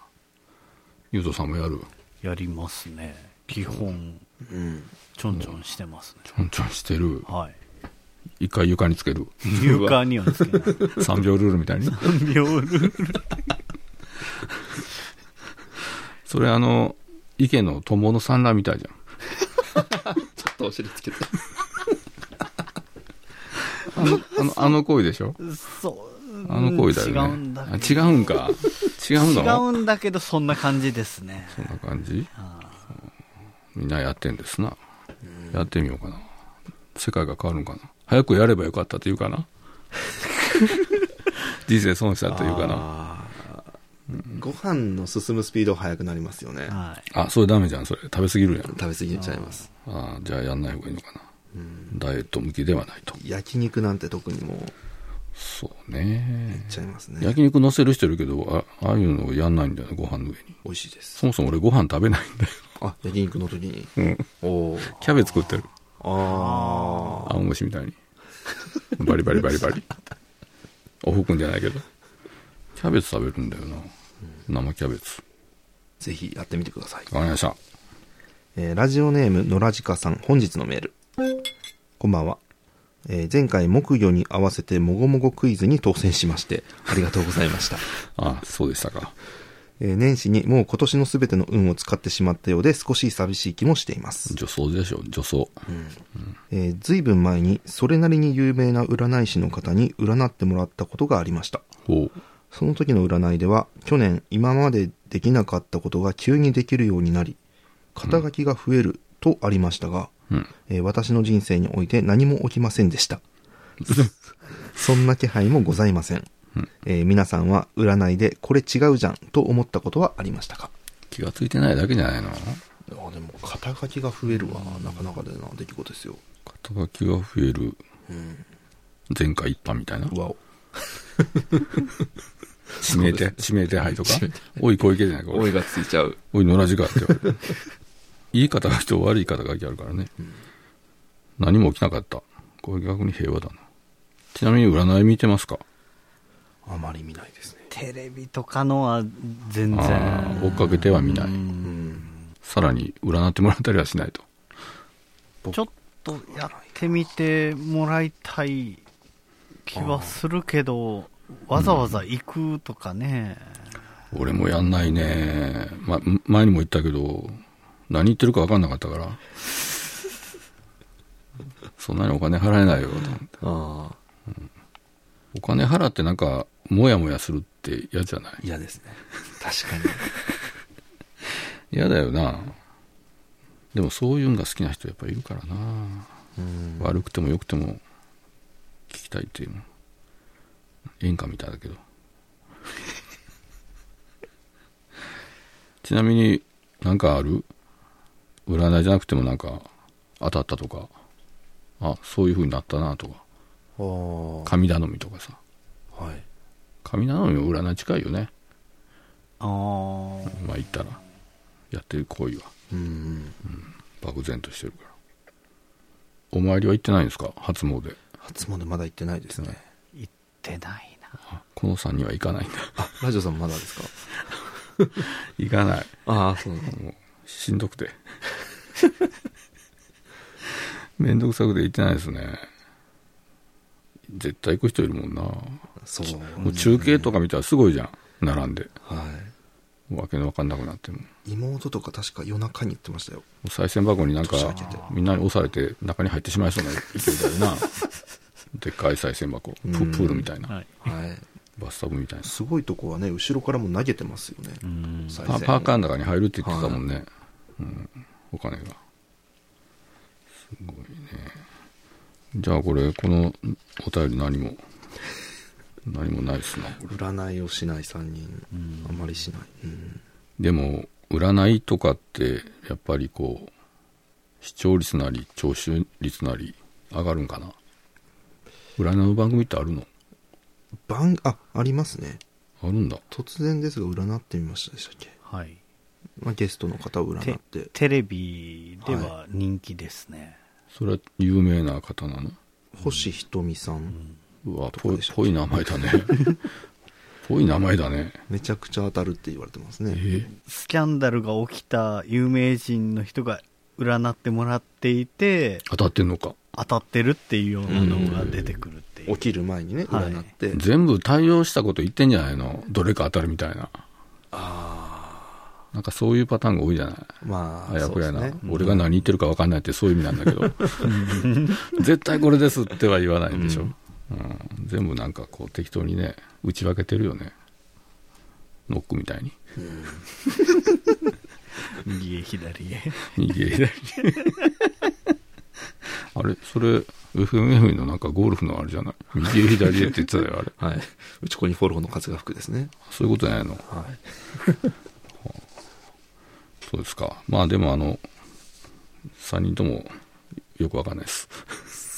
ゆうとさんもやるやりますね。基本、うんちょんちょんしてますね。ちょんちょんしてるはい。一回床につける床にはつけない。 3秒ルールみたいに妙ルールそれあの池の友の産卵みたいじゃんちょっとお尻つけてあの、あの、あの行為でしょそう。あの行為だよね。違うんだけど。あ違うんか。違うの違うんだけど、そんな感じですね。そんな感じみんなやってんですな。やってみようかな。 世界が変わるんかな。早くやればよかったって言うかな。人生損したというかな。あーご飯の進むスピード速くなりますよねはあ、それダメじゃん、それ。食べ過ぎるやん。食べ過ぎちゃいますあーじゃあやんない方がいいのかな。ダイエット向きではないと。焼肉なんて特にもういっそうね。ちゃいますね焼肉乗せる人いるけど、あああいうのをやんないんだよね、ご飯の上に。美味しいですそもそも俺ご飯食べないんだよ。あ焼肉の時に、おおーキャベツ食ってる。あ青虫みたいに。バリバリバリバリ。おふくんじゃないけど。キャベツ食べるんだよな。生キャベツ。ーぜひやってみてくださいわかりました。えーラジオネーム野良鹿さん本日のメールこんばんは、えー前回木魚に合わせてもごもごクイズに当選しましてありがとうございま した、あ、そうでしたか。えー年始にもう今年の全ての運を使ってしまったようで少し寂しい気もしています、女装でしょ、女装。えー、随分前にそれなりに有名な占い師の方に占ってもらったことがありましたほう。その時の占いでは去年今までできなかったことが急にできるようになり肩書きが増えるとありましたが、うん。えー私の人生において何も起きませんで した。そんな気配もございません。えー皆さんは占いでこれ違うじゃんと思ったことはありましたか気がついてないだけじゃないのあでも肩書きが増えるはなかなかでな出来事ですよ。肩書きが増える。前回行ったみたいな。わお。指名手、指名手配とか。おい小池じゃないか、声俺。がついちゃう。おい野良時間って言われる。いい肩書きと悪い肩書きあるからね。何も起きなかった。これ逆に平和だな。ちなみに占い見てますかあまり見ないですねい。。テレビとかのは全あ然。ー追っかけては見ない。さらに占ってもらったりはしないと。ちょっとやってみてもらいたい気はするけど、わざわざ行くとかね。俺もやんないね。ま、前にも言ったけど、何言ってるか分かんなかったから。そんなにお金払えないよと思って。ああ、お金払ってなんか、もやもやするって嫌じゃない嫌ですね。確かに。嫌だよな。でもそういうのが好きな人やっぱいるからな。悪くても良くても聞きたいっていうの。演歌みたいだけど。ちなみになんかある占いじゃなくてもなんか当たったとか、あ、そういう風になったなとか、あ神頼みとかさ。あ、はい。神頼みも占い近いよね。あーまあ言ったら。やってる行為は。うん。漠然としてるからお参りは行ってないんですか初詣初詣まだ行ってないですね。行ってないな。あこの3人は行かないんだあ、ラジオさんもまだですか 行かないああ、そうなんだもうしんどくてめんどくさくて行ってないですね絶対行く人いるもんなもそう。う中継とか見たらすごいじゃん並んではい。わけのわかんなくなってもも妹とか確か夜中に行ってましたよう賽銭箱になんか年明けてみんなに押されて中に入ってしまいそうな勢いだよ なでっかい賽銭箱プうんプールみたいなはい。はいバスタブみたいなすごいとこはね後ろからも投げてますよねうん。パパパーカーの中に入るって言ってたもんね、うん、お金がすごいねじゃあこれこのお便り何も何もないっすなこれ占いをしない3人あまりしない、うんでも占いとかってやっぱりこう視聴率なり聴取率なり上がるんかな占いの番組ってあるの番あありますねあるんだ突然ですが占ってみましたでしたっけ、はい。まあ、ゲストの方を占ってテテレビでは人気ですね。それは有名な方なの星ひとみさん、うわこぽでいしたっけぽい名前だ ねぽい名前だねめちゃくちゃ当たるって言われてますね、えースキャンダルが起きた有名人の人が占ってもらっていて、当たってんのか当たってるっていうようなのが出てくるっていう。起きる前にねはい占って、全部対応したこと言ってんじゃないのどれか当たるみたいな。なんかそういうパターンが多いじゃないまああやそうこでやすな、ね俺が何言ってるか分かんないってそういう意味なんだけ ど。絶対これですっては言わないんでしょ。うん全部なんかこう適当にね、打ち分けてるよね。ノックみたいに。右へ左へ。 右へ左へあれそれ FMF のなんかゴルフのあれじゃない右へ左へって言ってたよ、あれ。はい。うちこにフォルホの風が吹くですね。そういうことじゃないの。はい。そうですか。まあでもあの、3人ともよくわかんないです。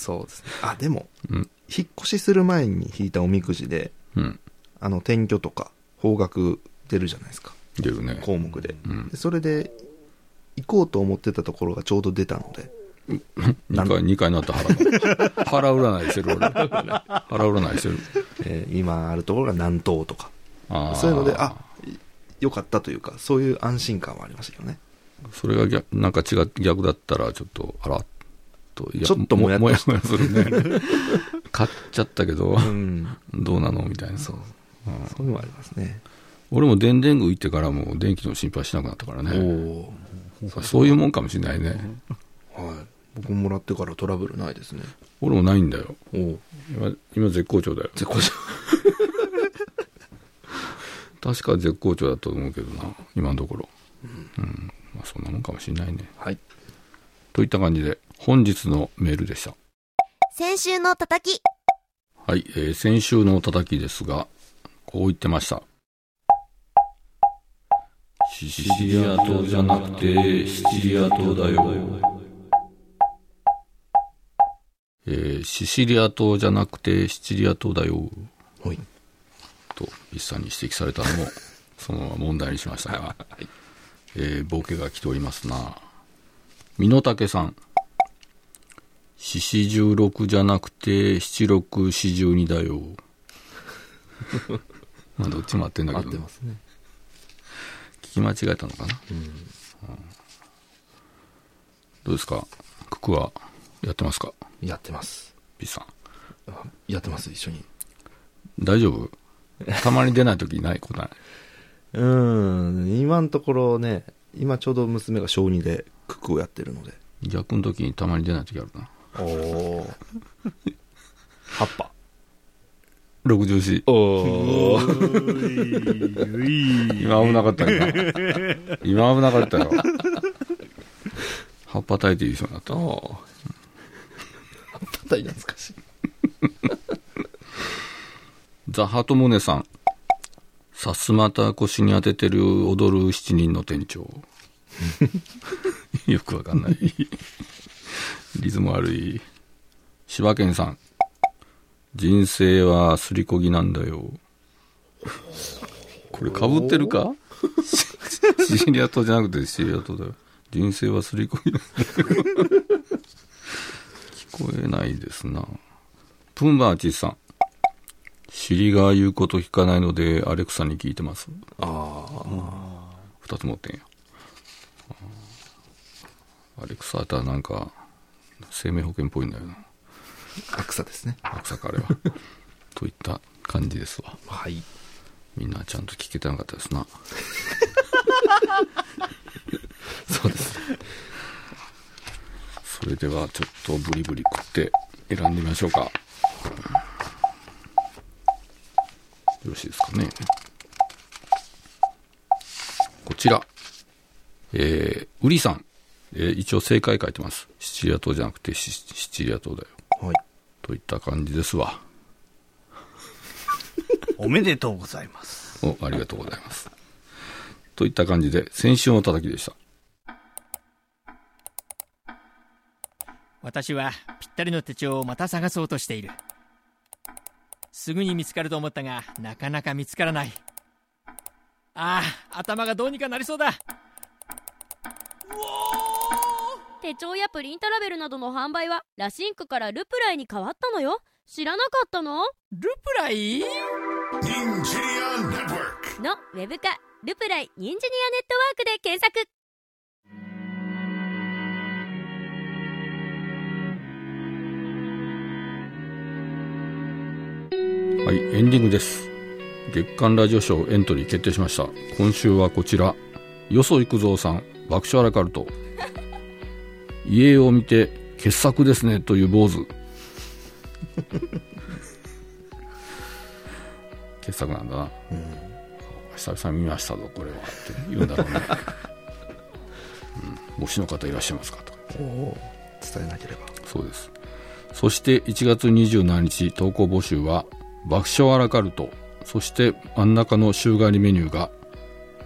そうですね。あ、でも、うん。引っ越しする前に引いたおみくじで、うん。あの、転居とか、方角出るじゃないですか。出るね。項目で。うんでそれで、行こうと思ってたところがちょうど出たので、 2回、二回なった腹 が。腹占いしてる俺。腹占いしてる。えー今あるところが南東とか、あーそういうので、あ、いよかったというか、そういう安心感はありましたけどね。それが逆、なんか違う、逆だったら、ちょっと、あらっと、いやちょっともやっともやもやする ね。買っちゃったけど、うん。どうなのみたいな。そう。そういうのもありますね。俺も電電具行ってからもう電気の心配しなくなったからね。おそういうもんかもしれないね。お。はい。僕もらってからトラブルないですね。俺もないんだよ。おお。今、今絶好調だよ。絶好調。確か絶好調だと思うけどな、今のところ。うん。まあ、そんなもんかもしれないね。はい。といった感じで、本日のメールでした。先週の叩き。はい、えー先週の叩きですが、こう言ってました。シシリア島じゃなくて、シチリア島だよ。えーシシリア島じゃなくて、シチリア島だよ。はい。と、一さんに指摘されたの も、そのまま問題にしましたが、えーボケが来ておりますな。美濃竹さん。四四十六じゃなくて、七六四十二だ よ。まあ、どっちも合ってんだけ合っど、てますね。聞き間違えたのかな。うんどうですかククはやってますかやってます。 ?B さん。あやってます、一緒に。大丈 夫たまに出ないときない答うーん、今のところね、今ちょうど娘が小2でククをやってるので。え。逆のときにたまに出ないときあるな。おお。葉っぱ。 64。おお。今危なかったよな今危なかったよ葉っぱ炊いていいそうになった葉っぱ対懐かしい。ザハトモネさんさすまた腰に当ててる踊る七人の店長 よくわかんないリズム悪い柴犬さん人生はすりこぎなんだよこれかぶってるかシシリア島じゃなくてシシリア島だよ人生はすりこぎなんだよ聞こえないですなプンバーチーさん尻が言うこと聞かないのでアレクサに聞いてます二つ持ってんやあーアレクサとはなんか生命保険っぽいんだよな格差ですね。アレクサかあれはといった感じですわはい。みんなちゃんと聞けてなかった ですなそうです。それではちょっとブリブリ食って選んでみましょうかよろしいですかねこちらえー、ウリさん、えー一応正解書いてますシチリア島じゃなくてシシチリア島だよはい。といった感じですわおめでとうございます。おありがとうございますといった感じで先週の叩きでした私はぴったりの手帳をまた探そうとしているすぐに見つかると思ったがなかなか見つからないああ頭がどうにかなりそうだ手帳やプリントラベルなどの販売はラシンクからルプライに変わったのよ知らなかったのルプライ Ninja Network. のウェブ化ルプライニンジニアネットワークで検索はい、エンディングです。月刊ラジオショーエントリー決定しました。今週はこちら。よそ行くぞうさん、爆笑アラカルト。家を見て、傑作ですね、という坊主。 傑作なんだな。久々に見ましたぞ、これは。って言うんだろうね。うん、推しの方いらっしゃいますかとか。おお。伝えなければ。そうです。そして1月27日投稿募集は爆笑アラカルトそして真ん中の週替わりメニューが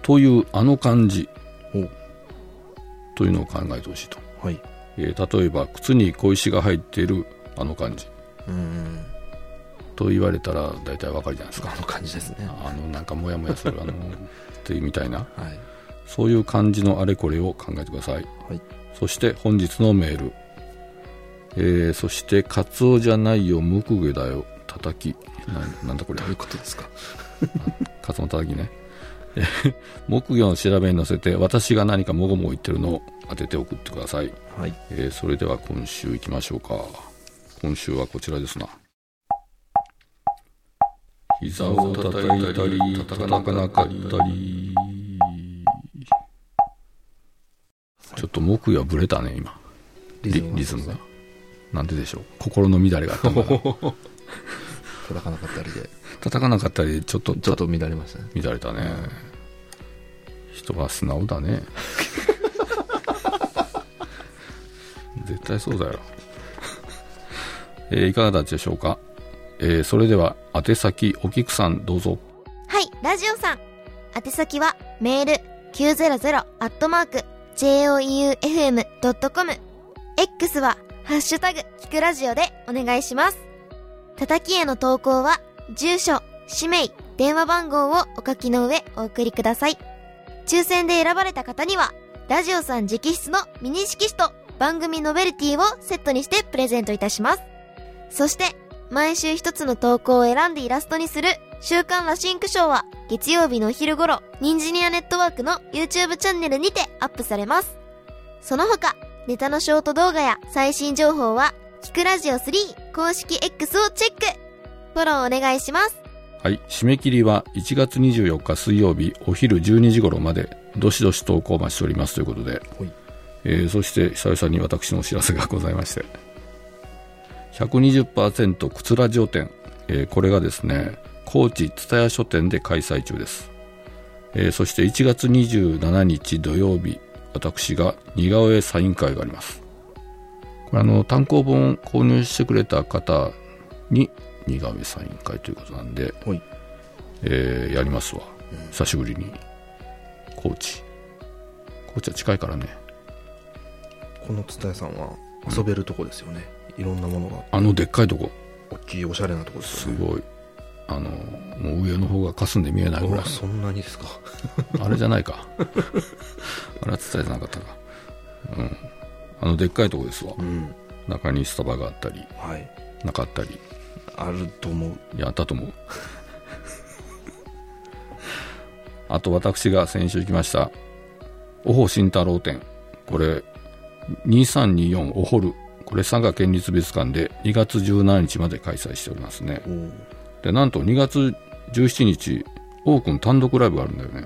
というあの漢字おというのを考えてほしいと、はいえー例えば靴に小石が入っているあの漢字うんと言われたら大体わかるじゃないですかあの感じですねはあのなんかモヤモヤするあのっていうみたいないそういう漢字のあれこれを考えてください、はいそして本日のメール、えーそして「カツオじゃないよムクゲだよ叩き」ななんだこれどういうことですかカツオの叩きね えー木魚の調べに乗せて私が何かもごもご言ってるのを当てて送ってください、はいえーそれでは今週行きましょうか今週はこちらですな膝を叩いたり叩かなかなかったりちょっと木魚はブレたね今リリズムがなんででしょう心の乱れがあったのかな 叩かなかったりで叩かなかったりちょっとちょっと乱れましたね乱れたね人は素直だね 絶対そうだよ、えーいかがだったでしょうか、えーそれでは宛先おきくさんどうぞはい、ラジオさん。宛先は、メール、900-joeufm.com。X は、ハッシュタグ、聞くラジオでお願いします。叩きへの投稿は、住所、氏名、電話番号をお書きの上お送りください。抽選で選ばれた方には、ラジオさん直筆のミニ色紙と番組ノベルティをセットにしてプレゼントいたします。そして、毎週一つの投稿を選んでイラストにする週刊ラシンク賞は月曜日のお昼頃、ニンジニアネットワークの YouTube チャンネルにてアップされます。その他、ネタのショート動画や最新情報は、キクラジオ3公式 X をチェックフォローお願いします。はい締め切りは1月24日水曜日お昼12時頃までどしどし投稿お待ちしておりますということで、はいえーそして久々に私のお知らせがございまして120%靴ラジオ展、えーこれがですね高知蔦屋書店で開催中です、えーそして1月27日土曜日私が似顔絵サイン会がありますこれあの単行本を購入してくれた方に似顔絵サイン会ということなんで、はいえーやりますわ、久しぶりに高知高知は近いからねこの蔦屋さんは遊べるとこですよね、いろんなものがあのでっかいとこ大きいおしゃれなとこですすよねごいあのもう上の方が霞んで見えないぐら あいそんなにですかあれじゃないかあれは伝えてなかったかうんあのでっかいとこですわ、うん中にスタバがあったりはいなかったりあると思うやったと思うあと私が先週行きましたおほ慎太郎展これ2324おほるこれ佐賀県立美術館で2月17日まで開催しておりますねおーでなんと2月17日オークン単独ライブがあるんだよね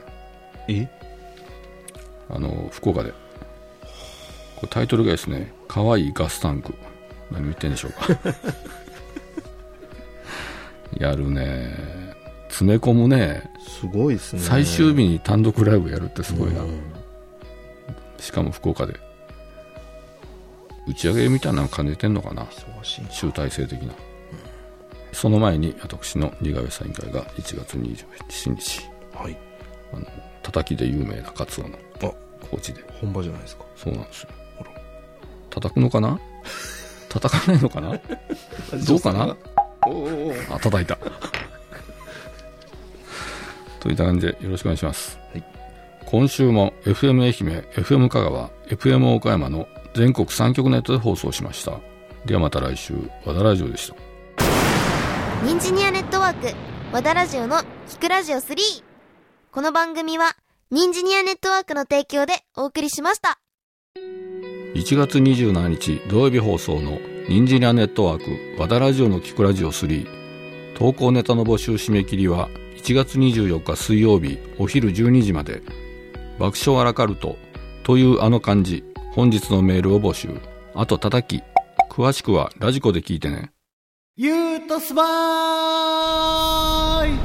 えあの福岡でこれタイトルがですね「可愛いガスタンク」何言ってんでしょうか やるね詰め込むねすごいですね最終日に単独ライブやるってすごいな、うんしかも福岡で打ち上げみたいなの兼ねてんのかな忙しいな集大成的な、その前に私の似顔絵サイン会が1月27日はいあの叩きで有名なカツオのあ高知で本場じゃないですかそうなんですよあら叩くのかな叩かないのかな どうかなあ叩いた といった感じでよろしくお願いします、はい今週も FM 愛媛 FM 香川 FM 岡山の全国3局ネットで放送しましたではまた来週和田ラジオでしたニンジニアネットワーク、和田ラジオの聞くラジオ3。この番組は、ニンジニアネットワークの提供でお送りしました。 1月27日土曜日放送の「ニンジニアネットワーク和田ラジオの聞くラジオ3」投稿ネタの募集締め切りは1月24日水曜日お昼12時まで「爆笑アラカルト」というあの漢字本日のメールを募集あと叩き詳しくはラジコで聞いてねゆうとすばーい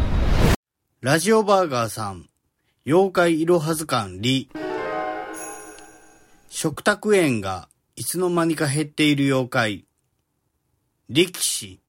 ラジオバーガーさん、妖怪いろは図鑑リ。食卓園がいつの間にか減っている妖怪。力士、